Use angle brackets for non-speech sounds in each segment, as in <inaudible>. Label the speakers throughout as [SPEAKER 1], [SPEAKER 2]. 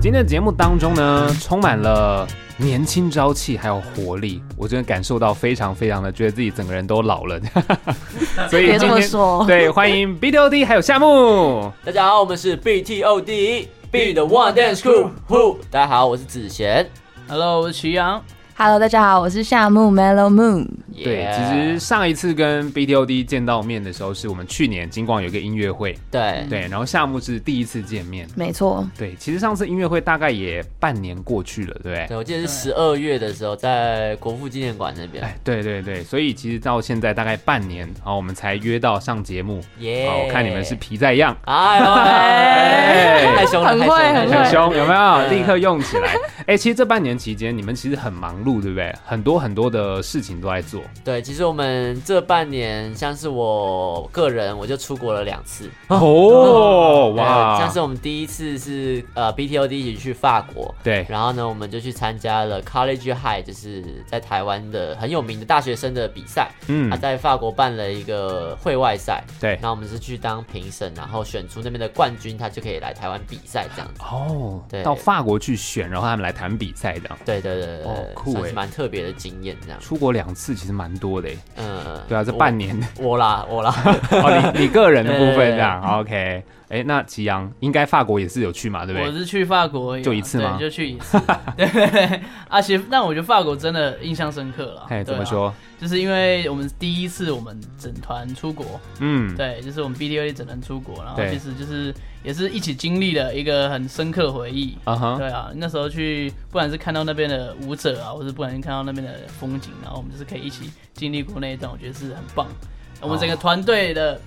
[SPEAKER 1] 今天的节目当中呢，充满了年轻朝气还有活力，我真的感受到非常非常的，觉得自己整个人都老了。 <laughs> 所以
[SPEAKER 2] 别这
[SPEAKER 1] 今
[SPEAKER 2] 么
[SPEAKER 1] 天
[SPEAKER 2] 说。
[SPEAKER 1] 对欢
[SPEAKER 2] <laughs>
[SPEAKER 1] 迎 BTOD 还有夏木。
[SPEAKER 3] 大家好，我们是 BTOD B 的 One Dance Crew。Who？大家好，我是子贤。
[SPEAKER 4] Hello，我是徐阳。
[SPEAKER 2] Hello，大家好，我是夏木 Mellow Moon。
[SPEAKER 1] 对
[SPEAKER 3] Yeah
[SPEAKER 1] 其实上一次跟 BTOD 见到面的时候，是我们去年金广有一个音乐会，
[SPEAKER 2] 嗯
[SPEAKER 3] 对
[SPEAKER 1] 对，然后夏木是第一次见面。
[SPEAKER 2] 没错，
[SPEAKER 1] 对，其实上次音乐会大概也半年过去了，对不对？
[SPEAKER 3] 对，我记得是十二月的时候，在国父纪念馆那边。
[SPEAKER 1] 哎，对对对，所以其实到现在大概半年，好，我们才约到上节目。
[SPEAKER 3] 耶
[SPEAKER 1] 好，我看你们是皮在样，
[SPEAKER 3] 哎
[SPEAKER 1] <laughs>
[SPEAKER 3] 呦，哎太凶了，
[SPEAKER 2] 很
[SPEAKER 3] 太
[SPEAKER 2] 会
[SPEAKER 3] 凶了
[SPEAKER 2] 很会
[SPEAKER 1] 很
[SPEAKER 3] 太
[SPEAKER 1] 凶，有没有？
[SPEAKER 3] 嗯
[SPEAKER 1] 立刻用起来。 <laughs> 哎，其实这半年期间，你们其实很忙碌，对不对？很多很多的事情都在做。
[SPEAKER 3] 对，其实我们这半年，像是我个人，我就出国了两次。
[SPEAKER 1] 哦，
[SPEAKER 3] 对
[SPEAKER 1] 哇
[SPEAKER 3] 像，是我们第一次是呃 BTOD 一起去法国，
[SPEAKER 1] 对
[SPEAKER 3] 然后呢，我们就去参加了 College High，就是在台湾的很有名的大学生的比赛。
[SPEAKER 1] 嗯
[SPEAKER 3] 他在法国办了一个会外赛，
[SPEAKER 1] 对
[SPEAKER 3] 那我们是去当评审，然后选出那边的冠军，他就可以来台湾比赛这样子。
[SPEAKER 1] 哦
[SPEAKER 3] 对，
[SPEAKER 1] 到法国去选，然后他们来谈比赛这样。
[SPEAKER 3] 对对对对，
[SPEAKER 1] 哦
[SPEAKER 3] 对
[SPEAKER 1] 酷
[SPEAKER 3] 算是
[SPEAKER 1] 欸
[SPEAKER 3] 蛮特别的经验这样。
[SPEAKER 1] 出国两次其实蛮多的耶，
[SPEAKER 3] 嗯，
[SPEAKER 1] 对啊，这半年 <laughs>
[SPEAKER 3] 我我啦我啦，
[SPEAKER 1] 哦，你你个人的部分这样
[SPEAKER 3] 对
[SPEAKER 1] 好，OK。哎，那祁阳应该法国也是有去嘛，对不
[SPEAKER 4] 我
[SPEAKER 1] 对？
[SPEAKER 4] 是去法国而已啊，
[SPEAKER 1] 就一次吗
[SPEAKER 4] 对，就去一次。 <laughs> 对对对，啊而且但我觉得法国真的印象深刻了。
[SPEAKER 1] 哎，怎么
[SPEAKER 4] 对啊？
[SPEAKER 1] 说？
[SPEAKER 4] 就是因为我们第一次我们整团出国，
[SPEAKER 1] 嗯，
[SPEAKER 4] 对，就是我们 B D O 整团出国，然后
[SPEAKER 1] 对
[SPEAKER 4] 其实就是也是一起经历了一个很深刻的回忆。
[SPEAKER 1] 啊哈，
[SPEAKER 4] 对啊，那时候去，不管是看到那边的舞者啊，或是不管是看到那边的风景，然后我们就是可以一起经历过那一段，我觉得是很棒。我
[SPEAKER 1] 哦
[SPEAKER 4] 们整个团队的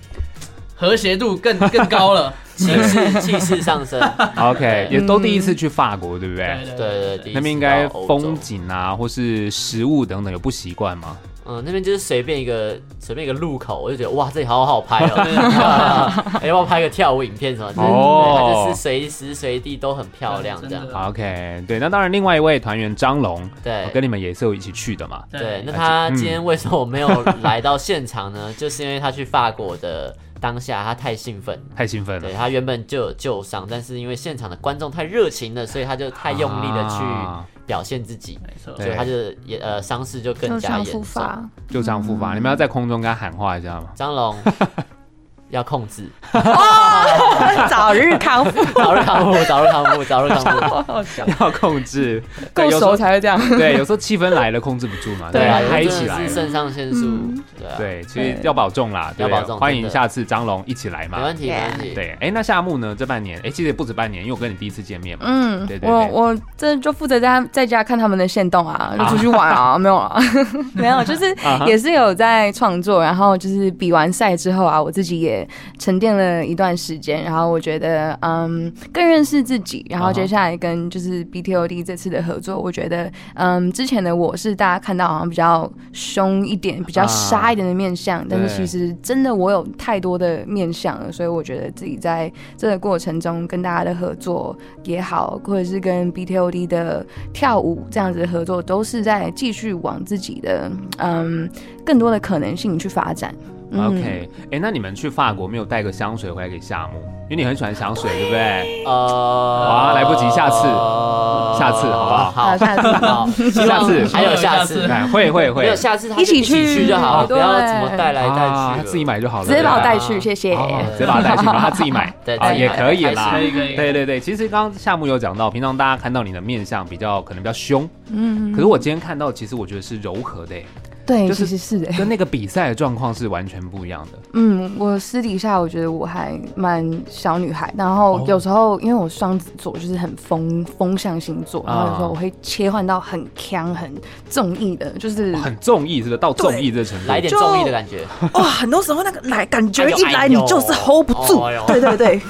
[SPEAKER 4] 和谐度更更高
[SPEAKER 1] <laughs>
[SPEAKER 4] 了。
[SPEAKER 3] 气势气势上升，
[SPEAKER 1] OK，也都第一次去法国，对不对？
[SPEAKER 3] 嗯对对对，第一次
[SPEAKER 1] 那边应该
[SPEAKER 3] 到欧洲
[SPEAKER 1] 风，景啊，或是食物等等有不习惯吗？
[SPEAKER 3] 嗯，那边就是随便一个随便一个路口，我就觉得哇，这里好好拍哦，哎要不要拍个跳舞影片什么的？
[SPEAKER 1] 哦
[SPEAKER 3] 对它就是随时随地都很漂亮这样
[SPEAKER 4] 真。的
[SPEAKER 1] OK，对，那当然，另外一位团员张龙，
[SPEAKER 3] 对
[SPEAKER 1] 我，跟你们也是有一起去的嘛。
[SPEAKER 3] 对，
[SPEAKER 1] 而且
[SPEAKER 3] 那他
[SPEAKER 1] 嗯
[SPEAKER 3] 今天为什么没有来到现场呢？ <laughs> 就是因为他去法国的当下，他太兴奋。
[SPEAKER 1] 太兴奋了
[SPEAKER 3] 对，他原本就有旧伤，但是因为现场的观众太热情了，所以他就太用力的
[SPEAKER 1] 啊
[SPEAKER 3] 去表现自己，
[SPEAKER 4] 没错。
[SPEAKER 3] 所以他就也呃伤势就更
[SPEAKER 2] 就
[SPEAKER 3] 加
[SPEAKER 2] 想
[SPEAKER 3] 严
[SPEAKER 2] 复
[SPEAKER 3] 重。
[SPEAKER 2] 发。
[SPEAKER 1] 就这样复
[SPEAKER 2] 嗯
[SPEAKER 1] 发，你们要在空中跟他喊话，知道吗？ <laughs>
[SPEAKER 3] 张龙要控制，
[SPEAKER 2] <laughs> 早日康复，
[SPEAKER 3] 早日康复，早日康复，早日康复。
[SPEAKER 2] 好
[SPEAKER 1] <laughs>
[SPEAKER 2] 笑，
[SPEAKER 1] 要控
[SPEAKER 3] <laughs>
[SPEAKER 1] 制， <laughs> 对
[SPEAKER 2] 够
[SPEAKER 1] 有时
[SPEAKER 2] 熟
[SPEAKER 1] 候
[SPEAKER 2] 才会这样。
[SPEAKER 1] <laughs> 对，有时候气氛来了控制不住嘛，
[SPEAKER 2] 对
[SPEAKER 1] 吧
[SPEAKER 3] 啊
[SPEAKER 2] 对
[SPEAKER 1] 嗨
[SPEAKER 3] 真
[SPEAKER 1] 起
[SPEAKER 3] 的
[SPEAKER 1] 来
[SPEAKER 3] 是
[SPEAKER 1] 了。
[SPEAKER 3] 肾上腺素，对啊，
[SPEAKER 1] 对，其实要保重啦，对
[SPEAKER 3] 要
[SPEAKER 1] 不对
[SPEAKER 3] 保重
[SPEAKER 1] 欢
[SPEAKER 3] 真
[SPEAKER 1] 迎
[SPEAKER 3] 的
[SPEAKER 1] 下次张龙一起来
[SPEAKER 3] 没
[SPEAKER 1] 嘛。
[SPEAKER 3] 问题，没问题。
[SPEAKER 1] 对，哎，那夏木呢？这半年，哎，其实也不止半年，因为我跟你第一次见面嘛。
[SPEAKER 2] 嗯
[SPEAKER 1] 对，对
[SPEAKER 2] 我
[SPEAKER 1] 对
[SPEAKER 2] 我这就负责在他在家看他们的线动啊，就出去玩
[SPEAKER 1] <laughs>
[SPEAKER 2] 啊，没有啊， <laughs> 没有，就是
[SPEAKER 1] 啊
[SPEAKER 2] 也是有在创作，然后就是比完赛之后啊，我自己也沉淀了一段时间，然后我觉得嗯更认识自己，
[SPEAKER 1] 啊
[SPEAKER 2] 然后接下来跟就是 BTOD 这次的合作，我觉得嗯之前的我是大家看到好像比较凶一点、比较
[SPEAKER 1] 啊
[SPEAKER 2] 杀一点的面相，但是
[SPEAKER 1] 对
[SPEAKER 2] 其实真的我有太多的面相了，所以我觉得自己在这个过程中跟大家的合作，也好，或者是跟 BTOD 的跳舞这样子的合作，都是在继续往自己的嗯更多的可能性去发展。嗯
[SPEAKER 1] OK，哎、那你们去法国没有带个香水回来给夏木？因为你很喜欢香水，对不对？
[SPEAKER 3] 呃，
[SPEAKER 1] 哇啊来不及下次下次好不好
[SPEAKER 2] 好下次
[SPEAKER 1] <laughs>
[SPEAKER 3] 好，
[SPEAKER 1] 下次
[SPEAKER 3] 还有下次
[SPEAKER 4] 对。
[SPEAKER 1] 哎，会会
[SPEAKER 3] 没
[SPEAKER 1] 会
[SPEAKER 3] 有，下次他就
[SPEAKER 2] 一起
[SPEAKER 3] 去
[SPEAKER 2] 去
[SPEAKER 3] 就好，不
[SPEAKER 2] 对
[SPEAKER 3] 要怎么带来带
[SPEAKER 1] 啊他
[SPEAKER 3] 去的，
[SPEAKER 1] 自己买就好了，
[SPEAKER 2] 直接把我带
[SPEAKER 3] 对
[SPEAKER 2] 去，
[SPEAKER 3] 啊
[SPEAKER 2] 谢谢。
[SPEAKER 1] 哦，直接把他带去，然后他自己
[SPEAKER 2] <laughs>
[SPEAKER 1] 买，
[SPEAKER 3] 对
[SPEAKER 1] 啊，
[SPEAKER 3] 自己
[SPEAKER 1] 也
[SPEAKER 3] 买
[SPEAKER 1] 可以啦
[SPEAKER 3] 还。
[SPEAKER 4] 可以可以。
[SPEAKER 1] 对对对，其实刚刚夏木有讲到，平常大家看到你的面相比较可能比较凶，
[SPEAKER 2] 嗯，
[SPEAKER 1] 可是我今天看到，其实我觉得是柔和的、哎
[SPEAKER 2] 对，
[SPEAKER 1] 就是
[SPEAKER 2] 其实是的。
[SPEAKER 1] 跟那个比赛的状况是完全不一样的。
[SPEAKER 2] 嗯，我私底下我觉得我还蛮小女孩，然
[SPEAKER 1] 哦
[SPEAKER 2] 后有时候因为我双子座就是很风风象星座，
[SPEAKER 1] 啊
[SPEAKER 2] 然后有时候我会切换到很强很综艺的，就是
[SPEAKER 1] 哦很中意是不是？到中意这程度，
[SPEAKER 3] 来一点
[SPEAKER 5] 就
[SPEAKER 3] 重力的感觉，
[SPEAKER 5] 哇，很多时候那个来感
[SPEAKER 3] 哎
[SPEAKER 5] 觉
[SPEAKER 3] 呦
[SPEAKER 5] 一来你就是 hold 不住
[SPEAKER 3] 哎呦，
[SPEAKER 5] 对对对，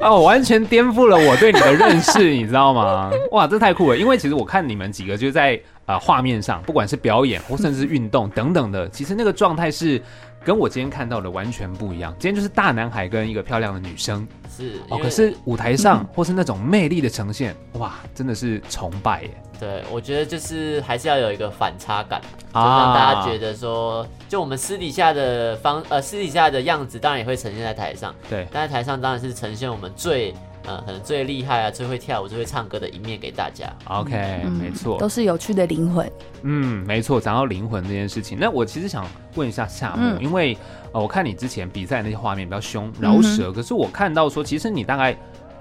[SPEAKER 1] 哦，完全颠覆了我对你的认识， <laughs> 你知道吗？哇，这太酷了！因为其实我看你们几个就是在呃画面上，不管是表演或甚至是运动等等的，其实那个状态是跟我今天看到的完全不一样。今天就是大男孩跟一个漂亮的女生
[SPEAKER 3] 是
[SPEAKER 1] 哦，
[SPEAKER 3] 因为
[SPEAKER 1] 可是舞台上或是那种魅力的呈现，哇，真的是崇拜耶！
[SPEAKER 3] 对，我觉得就是还是要有一个反差感，就
[SPEAKER 1] 啊
[SPEAKER 3] 让大家觉得说，就我们私底下的方呃私底下的样子，当然也会呈现在台上，
[SPEAKER 1] 对
[SPEAKER 3] 但在台上当然是呈现我们最呃，可能最厉害啊、最会跳舞、最会唱歌的一面给大家。嗯
[SPEAKER 1] OK，没错
[SPEAKER 2] 嗯都，是有趣的灵魂。
[SPEAKER 1] 嗯，没错，讲到灵魂这件事情，那我其实想问一下夏木，
[SPEAKER 2] 嗯
[SPEAKER 1] 因为呃，我看你之前比赛那些画面比较凶、饶
[SPEAKER 2] 嗯
[SPEAKER 1] 舌，可是我看到说，其实你大概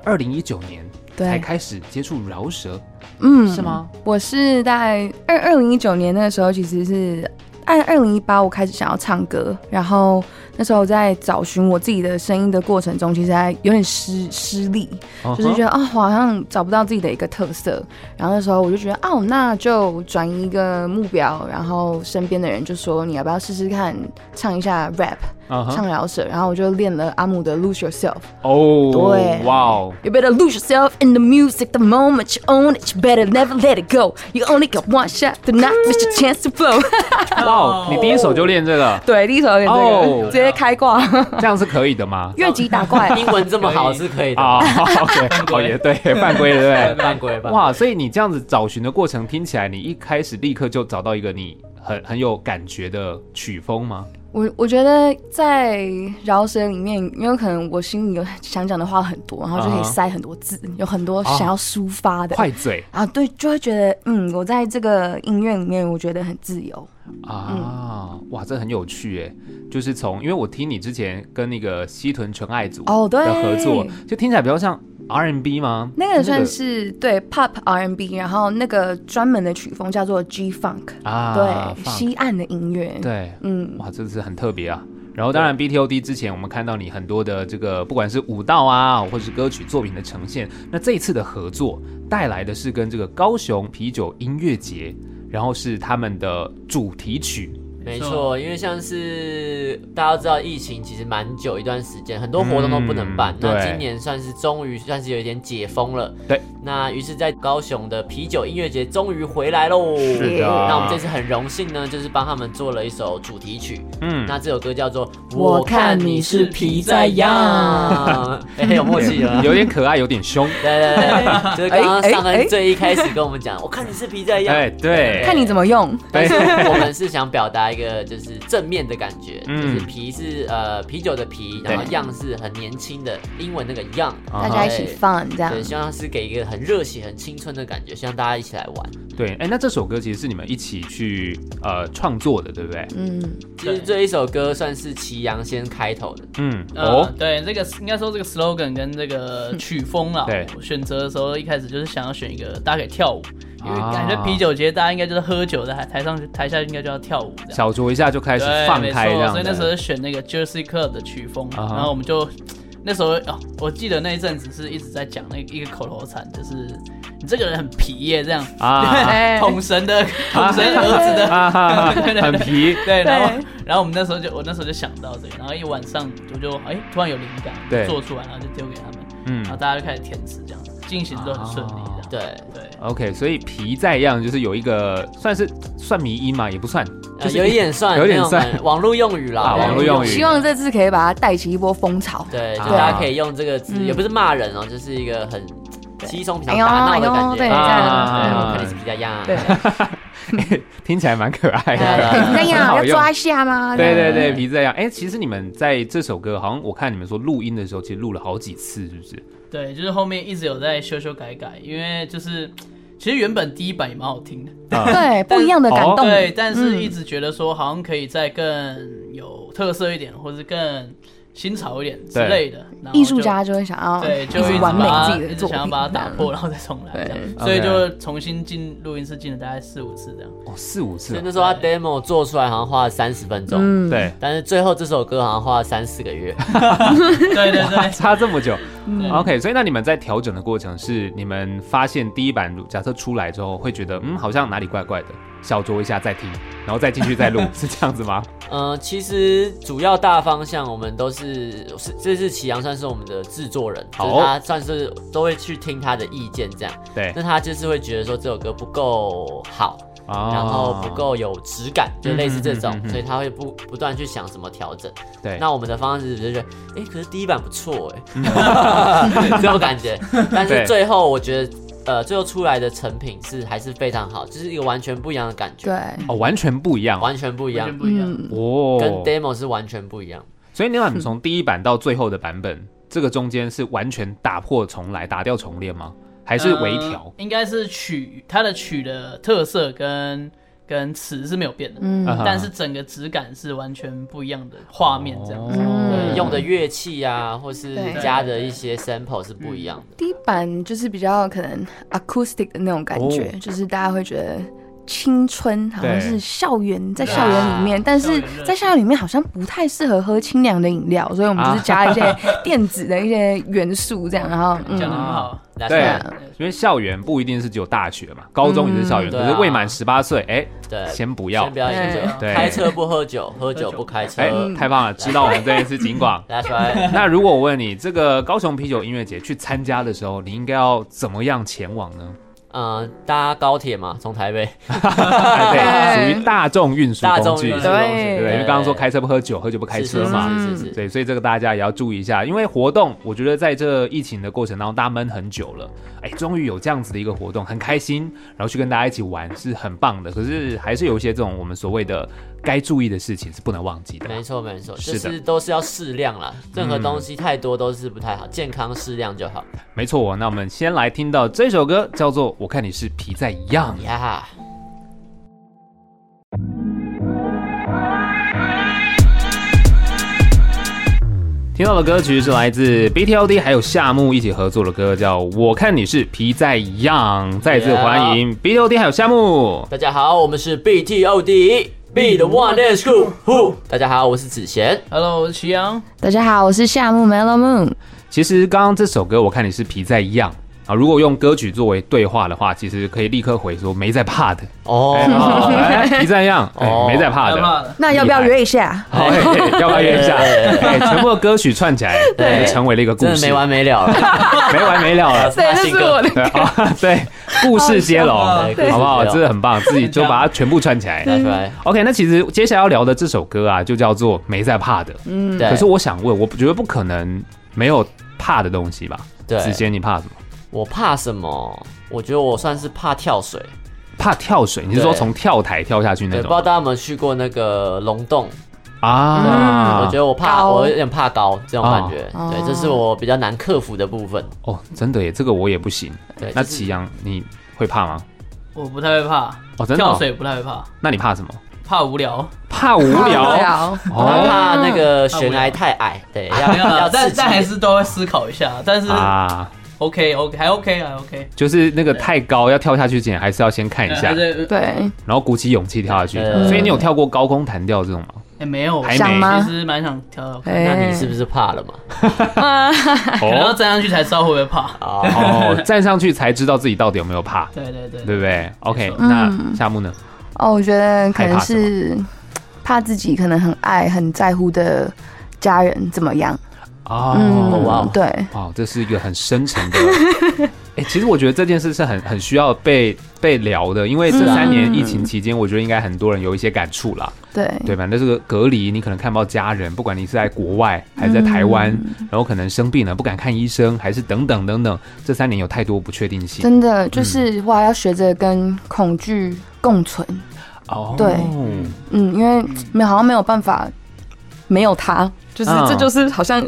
[SPEAKER 1] 二零一九年才
[SPEAKER 2] 对，
[SPEAKER 1] 开始接触饶舌，
[SPEAKER 2] 嗯
[SPEAKER 1] 是？吗？
[SPEAKER 2] 我是在二二零一九年那个时候，其实是按二零一八我开始想要唱歌，然后那时候在找寻我自己的声音的过程中，其实还有点失失利，就是觉
[SPEAKER 1] 得
[SPEAKER 2] 得啊、我好像找不到自己的一个特色。然后那时候我就觉得，哦，那就转移一个目标。然后身边的人就说，你要不要试试看唱一下 rap，、
[SPEAKER 1] 嗯
[SPEAKER 2] 唱饶舌？然后我就练了阿姆的 Lose Yourself。
[SPEAKER 1] 哦，
[SPEAKER 2] 对
[SPEAKER 1] 哇哦，
[SPEAKER 2] You better lose yourself in the music the moment you own it. You better never let it go. You only got one shot, do not miss your chance to blow.
[SPEAKER 1] 哇哦，你第一手就练这个，
[SPEAKER 2] <laughs> 对，第一首有点这个
[SPEAKER 1] 哦
[SPEAKER 2] 直接开挂，
[SPEAKER 1] 这样是可以的吗？
[SPEAKER 2] <laughs> 越级打怪。
[SPEAKER 3] <laughs> 英文这么好是可以的，哎
[SPEAKER 1] 啊、o k 哦也 <laughs> 对，犯规了，对不
[SPEAKER 3] 犯规吧？
[SPEAKER 1] 对？哇，所以你这样子找寻的过程，听起来你一开始立刻就找到一个你很很有感觉的曲风吗？
[SPEAKER 2] <laughs> 我我觉得在饶舌里面，因为可能我心里有想讲的话很多，然后就可
[SPEAKER 1] 啊哈
[SPEAKER 2] 以塞很多字，有很多想要抒发的。
[SPEAKER 1] 快嘴
[SPEAKER 2] 啊，对，就会觉得，嗯，我在这个音乐里面，我觉得很自由。
[SPEAKER 1] 啊，哇，这很有趣哎，就是从因为我听你之前跟那个西屯纯爱组
[SPEAKER 2] 哦，对，
[SPEAKER 1] 的合作，就听起来比较像 R&B 吗？
[SPEAKER 2] 那个算是对 pop R&B，然后那个专门的曲风叫做 G Funk，、
[SPEAKER 1] 啊，
[SPEAKER 2] 对，
[SPEAKER 1] 放
[SPEAKER 2] 西岸的音乐，，
[SPEAKER 1] 对，
[SPEAKER 2] 嗯，
[SPEAKER 1] 哇，这是很特别啊。然后当然 BTOD 之前我们看到你很多的这个不管是舞蹈啊，或者是歌曲作品的呈现，那这一次的合作带来的是跟这个高雄啤酒音乐节，然后是他们的主题曲，
[SPEAKER 3] 没错，因为像是大家都知道，疫情其实蛮久一段时间，很多活动都不能
[SPEAKER 1] 嗯
[SPEAKER 3] 办。那
[SPEAKER 1] 对
[SPEAKER 3] 今年算是终于算是有一点解封了。
[SPEAKER 1] 对，
[SPEAKER 3] 那于是，在高雄的啤酒音乐节终于回来喽。
[SPEAKER 1] 是
[SPEAKER 2] 的
[SPEAKER 3] 那我们这次很荣幸呢，就是帮他们做了一首主题曲。
[SPEAKER 1] 嗯，
[SPEAKER 3] 那这首歌叫做《，
[SPEAKER 2] 我看你
[SPEAKER 4] 是皮在痒》
[SPEAKER 3] <laughs> 哎，有默契
[SPEAKER 4] 啊
[SPEAKER 3] 了。
[SPEAKER 1] 有点啊可爱，有点凶，
[SPEAKER 3] 对对对，就是刚刚
[SPEAKER 2] 哎哎
[SPEAKER 3] 上
[SPEAKER 2] 哎
[SPEAKER 3] 恩最一开始跟我们讲，我看你是皮在痒。
[SPEAKER 1] 哎，对，哎
[SPEAKER 2] 看你怎么用，
[SPEAKER 3] 但是我们是想表达一个就是正面的感觉，
[SPEAKER 1] 嗯
[SPEAKER 3] 就是啤是呃啤酒的啤，
[SPEAKER 1] 对
[SPEAKER 3] 然后样是很年轻的英文那个样，
[SPEAKER 1] 啊哈
[SPEAKER 2] 大家一起 fun 这样，
[SPEAKER 3] 对，希望是给一个很热血、很青春的感觉，希望大家一起来玩。
[SPEAKER 1] 对，哎，那这首歌其实是你们一起去呃创作的，对不对？
[SPEAKER 2] 嗯，
[SPEAKER 3] 其实这一首歌算是祁阳先开头的，
[SPEAKER 1] 嗯，
[SPEAKER 4] 哦
[SPEAKER 1] 哦，，
[SPEAKER 4] 对，这个应该说这个 slogan 跟这个曲风
[SPEAKER 1] <laughs>
[SPEAKER 4] 啦，
[SPEAKER 1] 对
[SPEAKER 4] 我选择的时候一开始就是想要选一个大家可以跳舞，因为
[SPEAKER 1] 啊
[SPEAKER 4] 感觉啤酒节大家应该就是喝酒的，台台上台下应该就要跳舞这样。
[SPEAKER 1] 小酌一下就开始
[SPEAKER 4] 呃对，
[SPEAKER 1] 放
[SPEAKER 4] 没
[SPEAKER 1] 开这
[SPEAKER 4] 错，
[SPEAKER 1] 样
[SPEAKER 4] 所以那时
[SPEAKER 1] 子，
[SPEAKER 4] 候选那个 Jersey Club 的曲风，
[SPEAKER 1] 啊哈
[SPEAKER 4] 然后我们就那时候哦，我记得那一阵子是一直在讲那一个口头禅，就是你这个人很皮耶，这样 <laughs>
[SPEAKER 1] 啊
[SPEAKER 4] 对统神的统神儿子的。
[SPEAKER 1] 啊哈哈，很皮，
[SPEAKER 4] <laughs> 对，然后
[SPEAKER 2] 对
[SPEAKER 4] 然后我们那时候就我那时候就想到这个，然后一晚上我就哎突然有灵感，
[SPEAKER 1] 对
[SPEAKER 4] 就做出来，然后就丢给他们，
[SPEAKER 1] 嗯
[SPEAKER 4] 然后大家就开始填词，这样进行都很顺利
[SPEAKER 1] 啊
[SPEAKER 4] 的。
[SPEAKER 3] 对，
[SPEAKER 4] 对对
[SPEAKER 1] OK，所以皮在样就是有一个算是算迷因嘛，也不算，
[SPEAKER 3] 呃有一点算
[SPEAKER 1] 有点
[SPEAKER 3] 那种
[SPEAKER 1] 算
[SPEAKER 3] 网络用语啦，
[SPEAKER 1] 啊网络用语
[SPEAKER 2] 希望这次可以把它带起一波风潮，
[SPEAKER 3] 对，就
[SPEAKER 1] 啊
[SPEAKER 3] 大家可以用这个词，
[SPEAKER 2] 嗯
[SPEAKER 3] 也不是骂人哦，就是一个很
[SPEAKER 2] 对
[SPEAKER 3] 稀松平常打闹的
[SPEAKER 2] 哎
[SPEAKER 3] 感觉。
[SPEAKER 2] 呦哎呦对
[SPEAKER 3] 啊
[SPEAKER 2] 这样
[SPEAKER 3] 对我
[SPEAKER 1] 啊
[SPEAKER 3] 看你是皮在痒。
[SPEAKER 2] 对，
[SPEAKER 1] <laughs> 听起来蛮可爱
[SPEAKER 3] 对
[SPEAKER 1] 的。
[SPEAKER 3] 啊
[SPEAKER 2] 哎怎样
[SPEAKER 1] 很好
[SPEAKER 2] 要
[SPEAKER 1] 用
[SPEAKER 2] 抓一下吗？
[SPEAKER 1] 对对
[SPEAKER 2] 这
[SPEAKER 1] 对，
[SPEAKER 2] 样
[SPEAKER 1] 皮在样。哎，其实你们在这首歌，好像我看你们说录音的时候，其实录了好几次，是不是？
[SPEAKER 4] 对，就是后面一直有在修修改改，因为就是其实原本第一版也蛮好听的，
[SPEAKER 1] 啊
[SPEAKER 2] 对，不一样的感动，
[SPEAKER 4] 哦对，但是一
[SPEAKER 2] 嗯
[SPEAKER 4] 直觉得说好像可以再更有特色一点，或者更新潮一点之类的。然后就
[SPEAKER 2] 艺术家就会想要
[SPEAKER 4] 对，就
[SPEAKER 2] 一
[SPEAKER 4] 一
[SPEAKER 2] 直
[SPEAKER 4] 直
[SPEAKER 2] 完美
[SPEAKER 4] 把它
[SPEAKER 2] 自己的
[SPEAKER 4] 一直
[SPEAKER 2] 作品，
[SPEAKER 4] 想要把它打破，然后再重来，这样
[SPEAKER 2] 对
[SPEAKER 4] 所以
[SPEAKER 1] OK
[SPEAKER 4] 就重新进录音室进了大概四五次这样。
[SPEAKER 1] 哦，四五次
[SPEAKER 3] 所以
[SPEAKER 1] 哦。
[SPEAKER 3] 那时候他 demo 做出来好像花了三十分钟，
[SPEAKER 2] 嗯，
[SPEAKER 1] 对，
[SPEAKER 3] 但是最后这首歌好像花了三四个月， <laughs>
[SPEAKER 1] <laughs>
[SPEAKER 4] 对对对，
[SPEAKER 1] 差这么久。
[SPEAKER 3] 嗯
[SPEAKER 4] 对
[SPEAKER 1] OK，所以那你们在调整的过程是，你们发现第一版假设出来之后，会觉得嗯，好像哪里怪怪的，小酌一下再听，然后再进去再
[SPEAKER 3] <laughs>
[SPEAKER 1] 录，是这样子吗？
[SPEAKER 3] 嗯，其实主要大方向我们都是是，这是祁阳算是我们的制作人，就
[SPEAKER 1] 好
[SPEAKER 3] 是他算是都会去听他的意见这样。
[SPEAKER 1] 对
[SPEAKER 3] 那，他就是会觉得说这首歌不够好，然
[SPEAKER 1] 然
[SPEAKER 3] 后不，够有质感，就类似这种
[SPEAKER 1] 哦嗯嗯嗯嗯，嗯
[SPEAKER 3] 所以他会不不断去想怎么调整。
[SPEAKER 1] 对，
[SPEAKER 3] 那我们的方式就是，哎，可是第一版不错哎， <laughs> 这种感
[SPEAKER 1] <laughs>
[SPEAKER 3] 觉。但
[SPEAKER 1] 嗯
[SPEAKER 3] 是
[SPEAKER 1] 对
[SPEAKER 3] 最后我觉得，呃，最后出来的成品是还是非常好，就是一个完全不一样的感觉，
[SPEAKER 2] 对，
[SPEAKER 1] 哦，完全不一样哦
[SPEAKER 3] 完全不一样
[SPEAKER 4] 完全，不一样。呃
[SPEAKER 2] 嗯，
[SPEAKER 1] 哦，
[SPEAKER 3] 跟 demo 是完全不一样。
[SPEAKER 1] 所以你们从第一版到最后的版本，这个中间是完全打破重来，打掉重练吗？还是微调
[SPEAKER 4] 呃？应该是曲它的曲的特色跟跟词是没有变的，
[SPEAKER 2] 嗯
[SPEAKER 1] 啊哈
[SPEAKER 4] 但是整个质感是完全不一样的画面这
[SPEAKER 1] 哦
[SPEAKER 4] 样子。
[SPEAKER 3] 对
[SPEAKER 2] 嗯，
[SPEAKER 3] 用的乐器啊，或是
[SPEAKER 2] 对
[SPEAKER 3] 加的一些 sample 是不一样的。
[SPEAKER 2] 地板就是比较可能 acoustic 的那种感觉，
[SPEAKER 1] 哦
[SPEAKER 2] 就是大家会觉得青春好像
[SPEAKER 1] 对
[SPEAKER 2] 是校园，在校园里面，但
[SPEAKER 4] 校
[SPEAKER 2] 是
[SPEAKER 4] 园热
[SPEAKER 2] 在校园里面好像不太适合喝清凉的饮料，所以我们就是加一些电子的一些元素这样，然后
[SPEAKER 4] <laughs> 讲的很
[SPEAKER 2] 嗯，
[SPEAKER 4] 好，
[SPEAKER 3] 那
[SPEAKER 1] 对
[SPEAKER 3] 是
[SPEAKER 1] 因为校园不一定是只有大学嘛，高中也是校园，
[SPEAKER 3] 嗯
[SPEAKER 1] 可是未满十八岁，哎、
[SPEAKER 3] 对，
[SPEAKER 1] 先不要
[SPEAKER 3] 先不，要饮酒，
[SPEAKER 1] 对
[SPEAKER 3] 开车不喝酒，喝酒不开车
[SPEAKER 1] 哎、。太棒了，知道我们这一次警
[SPEAKER 3] <laughs>
[SPEAKER 1] 广。
[SPEAKER 3] 大家说，
[SPEAKER 1] 那如果我问你，这个高雄啤酒音乐节去参加的时候，你应该要怎么样前往
[SPEAKER 3] <laughs>
[SPEAKER 1] 呢？
[SPEAKER 3] 嗯，搭高铁嘛，从
[SPEAKER 1] <laughs>
[SPEAKER 3] 台北
[SPEAKER 1] 哎对，属于大众运输
[SPEAKER 3] 大
[SPEAKER 1] 工
[SPEAKER 3] 众
[SPEAKER 1] 具
[SPEAKER 3] 运，输
[SPEAKER 1] 对
[SPEAKER 2] 对
[SPEAKER 3] 工具，
[SPEAKER 1] 不对，因为刚刚说开车不喝酒，喝酒不开车嘛，
[SPEAKER 3] 是是是是是，
[SPEAKER 1] 对，所以这个大家也要注意一下，因为活动，我觉得在这疫情的过程当中，大家闷很久了，哎，终于有这样子的一个活动，很开心，然后去跟大家一起玩是很棒的。可是还是有一些这种我们所谓的该注意的事情是不能忘记的。
[SPEAKER 3] 没错没错，
[SPEAKER 1] 啊是
[SPEAKER 3] 就
[SPEAKER 1] 的
[SPEAKER 3] 是都是要适量啦，任何东西太多都是不太好，健康适量就好
[SPEAKER 1] 没错，那我们先来听到这首歌，叫做《我看你是皮在痒》。
[SPEAKER 3] 呀。
[SPEAKER 1] 听到的歌曲是来自 BTLD 还有夏木一起合作的歌，叫《我看你是皮在痒》。再次欢迎 BTLD 还有夏木。
[SPEAKER 3] 大家好，我们是 BTOD B 的 One Dance Crew。呼大家好，我是子贤。
[SPEAKER 4] Hello，我是齐阳，
[SPEAKER 2] 大家好，我是夏木 Mellow Moon，
[SPEAKER 1] 其实刚刚这首歌，我看你是皮在痒啊。如果用歌曲作为对话的话，其实可以立刻回说没在怕的，
[SPEAKER 3] 哦，
[SPEAKER 1] 哎皮在痒，哎
[SPEAKER 3] 哦
[SPEAKER 1] 没在怕
[SPEAKER 4] 害怕
[SPEAKER 1] 的。
[SPEAKER 4] 了，
[SPEAKER 5] 那要不要约一下？
[SPEAKER 1] 好，哎要不要约一下？
[SPEAKER 3] <laughs> 对
[SPEAKER 1] 哎，全部的歌曲串起来，
[SPEAKER 3] 对
[SPEAKER 1] 就成为了一个故
[SPEAKER 3] 真的
[SPEAKER 1] 事，
[SPEAKER 3] 没完没了了。
[SPEAKER 1] 没完没了了。
[SPEAKER 2] 对，这
[SPEAKER 3] 新
[SPEAKER 2] 是
[SPEAKER 3] 歌
[SPEAKER 2] 我的
[SPEAKER 1] 对啊， <laughs> 对，故事接龙，
[SPEAKER 4] 好
[SPEAKER 3] 笑对
[SPEAKER 1] 好不好？
[SPEAKER 3] 故事接龙
[SPEAKER 1] 真的很棒，自己就把它全部串起来。
[SPEAKER 3] 拿出来，
[SPEAKER 1] OK，那其实接下来要聊的这首歌啊，就叫做《没在怕的》。
[SPEAKER 3] 对，
[SPEAKER 1] 可是我想问，我觉得不可能没有怕的东西吧？子
[SPEAKER 3] 对，
[SPEAKER 1] 贤，你怕什么？
[SPEAKER 3] 我怕什么？我觉得我算是怕跳水。
[SPEAKER 1] 怕跳水？你是
[SPEAKER 3] 对
[SPEAKER 1] 说从跳台跳下去那
[SPEAKER 3] 对，不知道
[SPEAKER 1] 种
[SPEAKER 3] 大家有没有去过那个龙洞？
[SPEAKER 1] 啊？
[SPEAKER 3] 嗯我觉得我怕，
[SPEAKER 2] 高
[SPEAKER 3] 我有点怕高这种感觉。
[SPEAKER 2] 哦
[SPEAKER 3] 对，这是我比较难克服的部分。
[SPEAKER 1] 哦，真的耶，这个我也不行。
[SPEAKER 3] 对，
[SPEAKER 1] 那啊
[SPEAKER 3] 哎就是
[SPEAKER 1] 祁阳，你会怕吗？
[SPEAKER 4] 我不太会怕，
[SPEAKER 1] 哦，真的
[SPEAKER 4] 跳
[SPEAKER 1] 哦？
[SPEAKER 4] 水不太会怕，
[SPEAKER 1] 那你怕什么？
[SPEAKER 4] 怕
[SPEAKER 1] <laughs>
[SPEAKER 4] 无聊。
[SPEAKER 1] 怕无
[SPEAKER 3] <laughs> 哎
[SPEAKER 1] 聊。
[SPEAKER 2] 聊，
[SPEAKER 3] 我
[SPEAKER 1] 哦
[SPEAKER 3] 怕那个悬崖太矮，对，要
[SPEAKER 4] 啊没有
[SPEAKER 3] 要
[SPEAKER 4] 啦，
[SPEAKER 3] 刺
[SPEAKER 4] 但
[SPEAKER 3] 激
[SPEAKER 4] 但还是都会思考一下，但是
[SPEAKER 1] 啊，
[SPEAKER 4] OK OK 还 OK 啊还 OK，
[SPEAKER 1] 就是那个太高要跳下去之前，还是要先看一下
[SPEAKER 4] 还，是
[SPEAKER 2] 对，
[SPEAKER 1] 然后鼓起勇气跳下去。
[SPEAKER 3] 嗯
[SPEAKER 1] 所以你有跳过高空弹跳这种吗？
[SPEAKER 4] 哎没有，
[SPEAKER 1] 还
[SPEAKER 4] 其
[SPEAKER 1] 没
[SPEAKER 2] 想吗？哎
[SPEAKER 4] 实蛮想跳跳看，
[SPEAKER 3] 那你是不是怕了嘛？
[SPEAKER 4] 可能要
[SPEAKER 1] 哦
[SPEAKER 4] 站上去才知道会不会怕。
[SPEAKER 3] 哦，
[SPEAKER 1] 哦，站上去才知道自己到底有没有怕，
[SPEAKER 4] 对对对，
[SPEAKER 1] 对不对？OK，
[SPEAKER 2] 嗯
[SPEAKER 1] 那夏木呢？
[SPEAKER 2] 哦，我觉得可
[SPEAKER 1] 害
[SPEAKER 2] 能
[SPEAKER 1] 怕什么
[SPEAKER 2] 是怕自己可能很爱很在乎的家人怎么样，
[SPEAKER 1] 哦，哇
[SPEAKER 3] 哇哦
[SPEAKER 2] 嗯对，
[SPEAKER 1] 哇，这是一个很深沉的。哎、其实我觉得这件事是很很需要被被聊的，因为这三年疫情期间，我觉得应该很多人有一些感触啦，
[SPEAKER 2] 对，
[SPEAKER 1] 对吧？那这个隔离，你可能看不到家人，不管你是在国外还是在台湾，然后可能生病了不敢看医生，还是等等等等，这三年有太多不确定性。
[SPEAKER 2] 真的就是、哇，要学着跟恐惧共存，
[SPEAKER 1] 哦
[SPEAKER 2] 对嗯，因为没有好像没有办法没有他，就是、
[SPEAKER 1] 嗯
[SPEAKER 2] 这就是好像。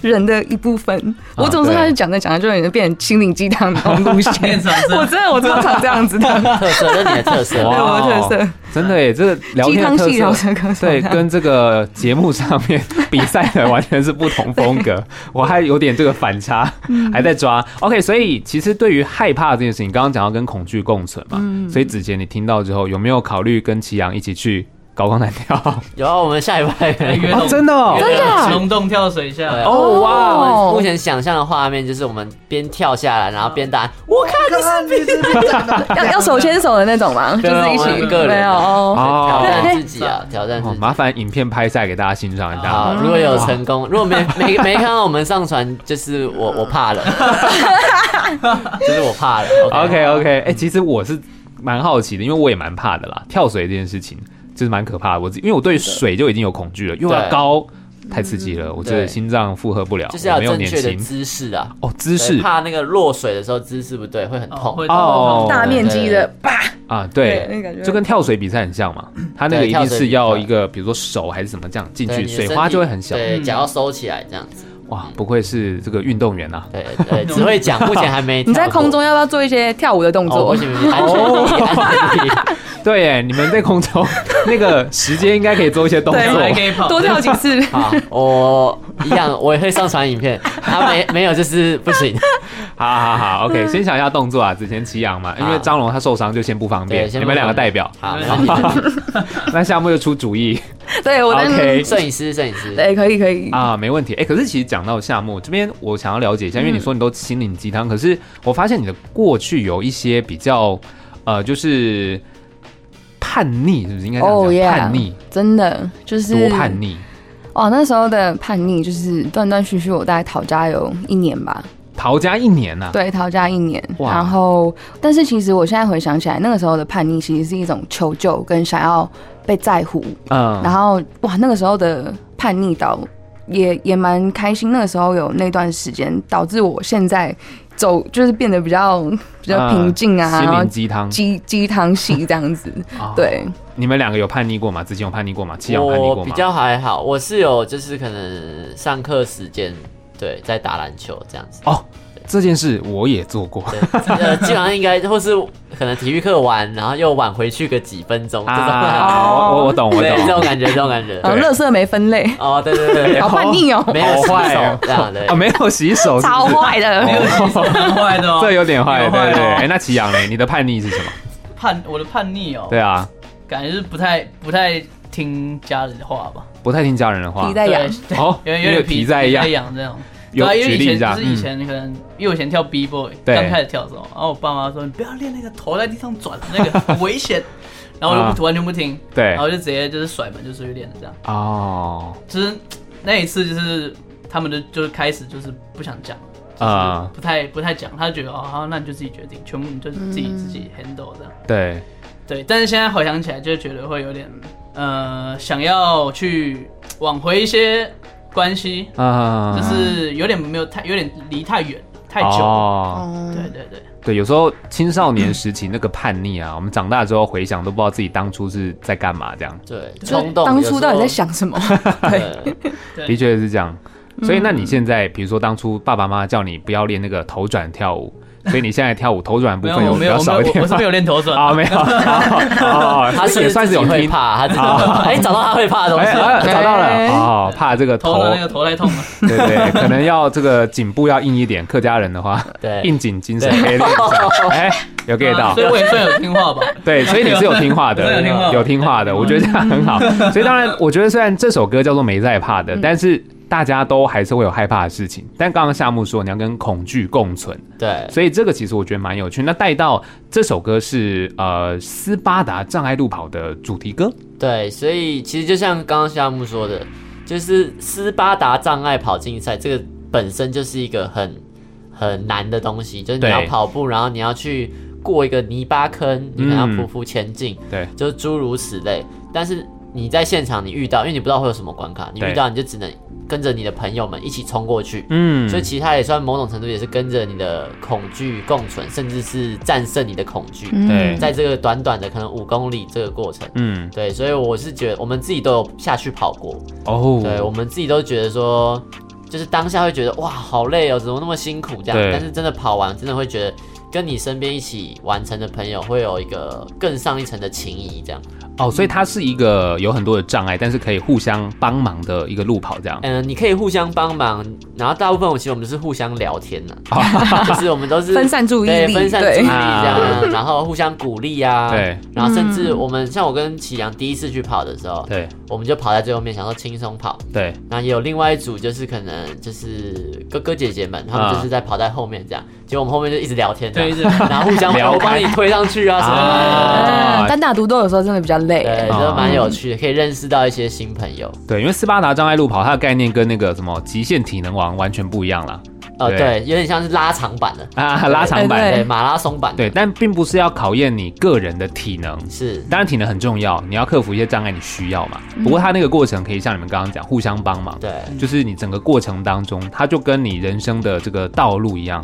[SPEAKER 2] 人的一部分，我总是
[SPEAKER 1] 对
[SPEAKER 2] 开始讲着讲着就有点变成心灵鸡汤那种路线
[SPEAKER 4] <laughs> 变成这样
[SPEAKER 2] 我真的我真的常这样子的，
[SPEAKER 3] 特色，这是你的特色
[SPEAKER 2] 对
[SPEAKER 1] 哇。
[SPEAKER 2] 我的特色，
[SPEAKER 1] 真的耶，这个聊
[SPEAKER 2] 鸡
[SPEAKER 1] 天
[SPEAKER 2] 汤
[SPEAKER 1] 的特
[SPEAKER 2] 系聊
[SPEAKER 1] 色。
[SPEAKER 2] 这个，
[SPEAKER 1] 对，跟这个节目上面比赛的完全是不同风
[SPEAKER 2] <laughs>
[SPEAKER 1] 格，我还有点这个反差，
[SPEAKER 2] 嗯
[SPEAKER 1] 还在抓。OK，所以其实对于害怕这件事情，刚刚讲到跟恐惧共存嘛，
[SPEAKER 2] 嗯
[SPEAKER 1] 所以子杰你听到之后有没有考虑跟祁阳一起去高空弹跳？
[SPEAKER 2] <laughs>
[SPEAKER 3] 有啊，我们下一拜
[SPEAKER 4] 哎约
[SPEAKER 1] 哦，
[SPEAKER 4] 龙
[SPEAKER 1] 真的哦，
[SPEAKER 2] 真的啊
[SPEAKER 4] 龙洞跳水下来，
[SPEAKER 1] 哦哇，
[SPEAKER 2] 哦
[SPEAKER 3] 目前想象的画面就是我们边跳下来，然后边打，我看
[SPEAKER 5] 看你是不是长得
[SPEAKER 2] 要要手牵手的那种吗？就
[SPEAKER 3] 对啊
[SPEAKER 2] 是一
[SPEAKER 3] 我
[SPEAKER 2] 起
[SPEAKER 3] 们个人的
[SPEAKER 2] 没有哦，
[SPEAKER 3] 挑
[SPEAKER 1] 哦，
[SPEAKER 3] 战自己啊，挑战自
[SPEAKER 1] 哦
[SPEAKER 3] 己。啊
[SPEAKER 1] 麻烦影片拍下来给大家欣赏一下。
[SPEAKER 3] 好，如果有成功，如果没没没看到我们上传，就是我我
[SPEAKER 2] <laughs>
[SPEAKER 3] 怕了，就是我怕了。
[SPEAKER 1] OK OK，哎、其实我是蛮好奇的，因为我也蛮怕的啦，跳水这件事情就是蛮可怕的。我自因为我对水就已经有恐惧了，又要
[SPEAKER 3] 对嗯
[SPEAKER 1] 高。太刺激了，我觉得
[SPEAKER 3] 对
[SPEAKER 1] 心脏负荷不了，
[SPEAKER 3] 就是要
[SPEAKER 1] 我没有
[SPEAKER 3] 有正
[SPEAKER 1] 年
[SPEAKER 3] 确的
[SPEAKER 1] 轻
[SPEAKER 3] 姿势啊，
[SPEAKER 1] 哦，姿
[SPEAKER 3] 对
[SPEAKER 1] 势
[SPEAKER 3] 怕那个落水的时候姿势不对会很
[SPEAKER 4] 哦
[SPEAKER 3] 痛
[SPEAKER 4] 会。
[SPEAKER 1] 哦
[SPEAKER 2] 大面积的吧，
[SPEAKER 1] 啊，
[SPEAKER 2] 对那个感
[SPEAKER 1] 对，
[SPEAKER 2] 觉
[SPEAKER 1] 就跟跳水比赛很像嘛，他那个
[SPEAKER 3] 对
[SPEAKER 1] 一
[SPEAKER 3] 跳
[SPEAKER 1] 定
[SPEAKER 3] 水
[SPEAKER 1] 是
[SPEAKER 3] 比
[SPEAKER 1] 要
[SPEAKER 3] 赛
[SPEAKER 1] 一个，比如说手还是什么这样进
[SPEAKER 3] 对
[SPEAKER 1] 去，
[SPEAKER 3] 你的
[SPEAKER 1] 水
[SPEAKER 3] 身
[SPEAKER 1] 花
[SPEAKER 3] 体
[SPEAKER 1] 就会很小。
[SPEAKER 3] 对，
[SPEAKER 4] 嗯
[SPEAKER 3] 脚要收起来这样子。
[SPEAKER 1] 哇，不愧是这个运动员
[SPEAKER 3] <laughs>
[SPEAKER 1] 啊！
[SPEAKER 3] 对对，只
[SPEAKER 2] <laughs>
[SPEAKER 3] 会讲，目前还没。
[SPEAKER 2] 你在空中要不要做一些跳舞的动
[SPEAKER 3] 哦，
[SPEAKER 2] 作哦
[SPEAKER 3] 不？行
[SPEAKER 2] <laughs>
[SPEAKER 3] 不行，安全第一安全第一
[SPEAKER 1] 哦对耶，你们在空中 <laughs> 那个时间应该可以做一些动
[SPEAKER 2] 对
[SPEAKER 1] 作。
[SPEAKER 4] 还可以跑，
[SPEAKER 2] 多跳几次，
[SPEAKER 3] <laughs> 好，
[SPEAKER 2] 哦
[SPEAKER 3] 我一样，我也会上传
[SPEAKER 2] <laughs>
[SPEAKER 3] 影片。他没没有就是不行，
[SPEAKER 1] 好好
[SPEAKER 2] <laughs>
[SPEAKER 1] 好，OK，先想一下动作啊。之前祁阳嘛，因为
[SPEAKER 3] 好
[SPEAKER 1] 张龙他受伤就先不方便
[SPEAKER 3] 对，先
[SPEAKER 1] 你
[SPEAKER 3] 不
[SPEAKER 1] 们两个
[SPEAKER 3] 方便
[SPEAKER 1] 代表。 <laughs>
[SPEAKER 3] 好，没问题。
[SPEAKER 1] 那夏木就出主意
[SPEAKER 2] <laughs> 对我在。
[SPEAKER 1] <laughs> ，OK
[SPEAKER 3] 摄影师，摄影师，
[SPEAKER 2] 对，可以可以。
[SPEAKER 1] 啊，没问题。哎，可是其实讲到夏木这边，我想要了解一下，因为你说你都心灵鸡汤，可是我发现你的过去有一些比较，呃，就是叛逆，是不是应该这样
[SPEAKER 2] Oh,
[SPEAKER 1] 讲？
[SPEAKER 2] yeah
[SPEAKER 1] 叛逆，
[SPEAKER 2] 真的就是
[SPEAKER 1] 多叛逆，
[SPEAKER 2] 哇！哦那时候的叛逆就是断断续续，我大概逃家有一年吧，
[SPEAKER 1] 逃家一年呐、啊。
[SPEAKER 2] 对，逃家一年。
[SPEAKER 1] 哇
[SPEAKER 2] 然后，但是其实我现在回想起来，那个时候的叛逆其实是一种求救跟想要被在乎。
[SPEAKER 1] 嗯，
[SPEAKER 2] 然后哇，那个时候的叛逆到也也蛮开心，那个时候有那段时间，导致我现在走就是变得比较比较平静啊，
[SPEAKER 1] 嗯心
[SPEAKER 2] 然后
[SPEAKER 1] 灵鸡汤。
[SPEAKER 2] 鸡鸡汤系这样子，
[SPEAKER 1] <laughs> 啊，
[SPEAKER 2] 对，
[SPEAKER 1] 你们两个有叛逆过吗？之前有叛逆过吗？七阳叛逆
[SPEAKER 3] 我
[SPEAKER 1] 过
[SPEAKER 3] 比
[SPEAKER 1] 吗？
[SPEAKER 3] 较还好，我是有就是可能上课时间对在打篮球这样子。
[SPEAKER 1] 哦，这件事我也做过。
[SPEAKER 2] <laughs>
[SPEAKER 3] 对，呃，基本上应该或是可能体育课完，然后又晚回去个几分钟，这种，
[SPEAKER 1] 啊，我我懂，我
[SPEAKER 3] <laughs> 对，这种
[SPEAKER 1] 懂。
[SPEAKER 3] 感觉，这种感觉。
[SPEAKER 2] <laughs> 然后垃圾没分类，
[SPEAKER 3] 哦，对对
[SPEAKER 1] 哎
[SPEAKER 3] 对，
[SPEAKER 2] 好叛
[SPEAKER 1] <laughs>
[SPEAKER 2] 逆 <laughs> 哦、
[SPEAKER 3] 没有洗
[SPEAKER 1] 好坏哦
[SPEAKER 3] 手这样对
[SPEAKER 1] 啊，。没有洗手是不是，
[SPEAKER 2] 超坏的，
[SPEAKER 4] 很坏的哦。
[SPEAKER 1] <laughs> 这有点坏，
[SPEAKER 4] 有
[SPEAKER 1] 对
[SPEAKER 4] 坏
[SPEAKER 1] 对
[SPEAKER 4] 哦
[SPEAKER 1] 对。哎，那祁阳嘞，你的叛逆是什么？
[SPEAKER 4] 叛我的叛逆哦，
[SPEAKER 1] 对啊，
[SPEAKER 4] 感觉是不太不太听家人的话吧，
[SPEAKER 1] 不太听家人的话
[SPEAKER 2] 皮。带痒，
[SPEAKER 4] 对
[SPEAKER 1] 哦，
[SPEAKER 4] <laughs> 有
[SPEAKER 1] 因为
[SPEAKER 4] 点有
[SPEAKER 1] 有
[SPEAKER 4] 点
[SPEAKER 1] 皮在一样
[SPEAKER 4] 皮。痒这种。对
[SPEAKER 1] 有
[SPEAKER 4] 啊，因为
[SPEAKER 1] 举
[SPEAKER 4] 以
[SPEAKER 1] 例一
[SPEAKER 4] 前
[SPEAKER 1] 下嗯
[SPEAKER 4] 就是以前可能，因为我以前跳 B boy，
[SPEAKER 1] 对
[SPEAKER 4] 刚开始跳的时候，然后我爸妈说你不要练那个头在地上转的那
[SPEAKER 1] <laughs>
[SPEAKER 4] 个很危险，然后我就不完全不听，
[SPEAKER 1] 啊对
[SPEAKER 4] 然，后就直接就是甩门就出去练了这样。
[SPEAKER 1] 哦，
[SPEAKER 4] 就是那一次就是他们的就是开始就是不想讲，
[SPEAKER 1] 啊
[SPEAKER 4] 啊，不太不太讲，他就觉得哦好，那你就自己决定，全部你就自
[SPEAKER 1] 嗯
[SPEAKER 4] 己自己 handle 这样。
[SPEAKER 1] 对，
[SPEAKER 4] 对，但是现在回想起来，就觉得会有点呃，想要去挽回一些关系，
[SPEAKER 1] 啊，
[SPEAKER 4] 就是有点没有太有点离太远了太久了。
[SPEAKER 1] 哦，
[SPEAKER 2] 嗯
[SPEAKER 4] 对对对，
[SPEAKER 1] 对，有时候青少年时期那个叛逆啊，我们长大之后回想都不知道自己当初是在干嘛，这样
[SPEAKER 3] 对，
[SPEAKER 2] 就
[SPEAKER 3] 冲动。
[SPEAKER 2] 当初到底在？想
[SPEAKER 3] <laughs>
[SPEAKER 2] 什么？
[SPEAKER 3] 对，
[SPEAKER 1] 的确是这样。所以，那你现在，比如说当初爸爸妈妈叫你不要练那个头转跳舞，所以你现在跳舞头转部
[SPEAKER 4] 没有
[SPEAKER 1] 分
[SPEAKER 4] 我
[SPEAKER 1] 有
[SPEAKER 4] 没
[SPEAKER 1] 比较
[SPEAKER 4] 有我没有
[SPEAKER 1] 少一点
[SPEAKER 4] 我是
[SPEAKER 1] 吗
[SPEAKER 4] 没有练头
[SPEAKER 1] <laughs>
[SPEAKER 4] 转
[SPEAKER 1] 啊，没有，哦，
[SPEAKER 3] <laughs> 他
[SPEAKER 1] 这也算是有
[SPEAKER 3] 自己会
[SPEAKER 1] 听，啊
[SPEAKER 3] 怕，他自己会怕。 <laughs> 哎，找到他会怕的东
[SPEAKER 1] 哎，
[SPEAKER 3] 西。
[SPEAKER 1] 啊找到
[SPEAKER 2] 哎
[SPEAKER 1] 了，哦，怕这个
[SPEAKER 4] 头
[SPEAKER 1] 头，
[SPEAKER 4] 的那个头太痛
[SPEAKER 1] <laughs>
[SPEAKER 4] 了，
[SPEAKER 1] 对对，可能要这个颈部要硬一点，客家人的话，
[SPEAKER 3] <laughs> 对
[SPEAKER 1] 应景精神可以练一下， <laughs> 哎，有 get
[SPEAKER 3] <laughs>
[SPEAKER 1] 到
[SPEAKER 4] 啊所以。我也算有听话吧。 <laughs>
[SPEAKER 1] 对，所以你是有听话
[SPEAKER 4] 我是有
[SPEAKER 1] 的
[SPEAKER 4] 听话，的
[SPEAKER 1] 有听话的，我觉得这样很好。<laughs>
[SPEAKER 3] 嗯
[SPEAKER 1] 所以当然，我觉得虽然这首歌叫做《没在怕的》，但是大家都还是会有害怕的事情。但刚刚夏木说你要跟恐惧共存，
[SPEAKER 3] 对，
[SPEAKER 1] 所以这个其实我觉得蛮有趣。那带到这首歌是呃斯巴达障碍路跑的主题歌，
[SPEAKER 3] 对，所以其实就像刚刚夏木说的，就是斯巴达障碍跑竞赛这个本身就是一个很很难的东西，就是你
[SPEAKER 1] 对
[SPEAKER 3] 要跑步，然后你要去过一个泥巴坑，你可能要匍匐前进，
[SPEAKER 1] 对，
[SPEAKER 3] 就是诸如此类。但是你在现场你遇到，因为你不知道会有什么关卡，你
[SPEAKER 1] 对
[SPEAKER 3] 遇到你就只能跟着你的朋友们一起冲过去。
[SPEAKER 1] 嗯，
[SPEAKER 3] 所以其实它也算某种程度也是跟着你的恐惧共存，甚至是战胜你的恐惧，
[SPEAKER 2] 嗯
[SPEAKER 1] 对
[SPEAKER 3] 在这个短短的可能五公里这个过程。
[SPEAKER 1] 嗯
[SPEAKER 3] 对，所以我是觉得我们自己都有下去跑过，
[SPEAKER 1] 哦，
[SPEAKER 3] 对我们自己都觉得说，就是当下会觉得哇好累哦，怎么那么辛苦这样
[SPEAKER 1] 对，
[SPEAKER 3] 但是真的跑完，真的会觉得跟你身边一起完成的朋友会有一个更上一层的情谊这样。
[SPEAKER 1] 哦，所以它是一个有很多的障碍，但是可以互相帮忙的一个路跑这样。
[SPEAKER 3] 嗯、你可以互相帮忙，然后大部分我其实我们是互相聊天
[SPEAKER 1] <laughs>
[SPEAKER 3] 呢、就是我们都是
[SPEAKER 2] 分散注意
[SPEAKER 3] 对
[SPEAKER 2] 力
[SPEAKER 3] 分散注意
[SPEAKER 2] 对
[SPEAKER 3] 力这样， <laughs> 然后互相鼓励啊，
[SPEAKER 1] 啊对，
[SPEAKER 3] 然后甚至我们像我跟祁阳第一次去跑的时候，
[SPEAKER 1] 对
[SPEAKER 3] 我们就跑在最后面，想说轻松跑。
[SPEAKER 1] 对，
[SPEAKER 3] 然后也有另外一组，就是可能就是哥哥姐姐们，他
[SPEAKER 1] 啊
[SPEAKER 3] 们就是在跑在后面这样，结果我们后面就一直聊天这样，
[SPEAKER 4] 对一直
[SPEAKER 3] 然后互相
[SPEAKER 1] 聊
[SPEAKER 3] 我帮你推上去啊什么的，
[SPEAKER 1] 啊
[SPEAKER 2] 嗯， <laughs> 单打独斗有时候真的比较累，
[SPEAKER 3] 对，就蛮有趣的，可以认识到一些新朋友。
[SPEAKER 1] 对，因为斯巴达障碍路跑它的概念跟那个什么极限体能王完全不一样啦。
[SPEAKER 3] 呃，
[SPEAKER 1] 对
[SPEAKER 3] 对，有点像是拉长版的，
[SPEAKER 1] 啊， <laughs> 拉长版
[SPEAKER 2] 哎
[SPEAKER 1] 的
[SPEAKER 3] 对，马拉松版的，
[SPEAKER 1] 对，但并不是要考验你个人的体能。
[SPEAKER 3] 是，
[SPEAKER 1] 当然，体能很重要，你要克服一些障碍，你需要嘛。
[SPEAKER 3] 嗯
[SPEAKER 1] 不过，它那个过程可以像你们刚刚讲，互相帮忙。
[SPEAKER 3] 对，
[SPEAKER 1] 就是你整个过程当中，它就跟你人生的这个道路一样，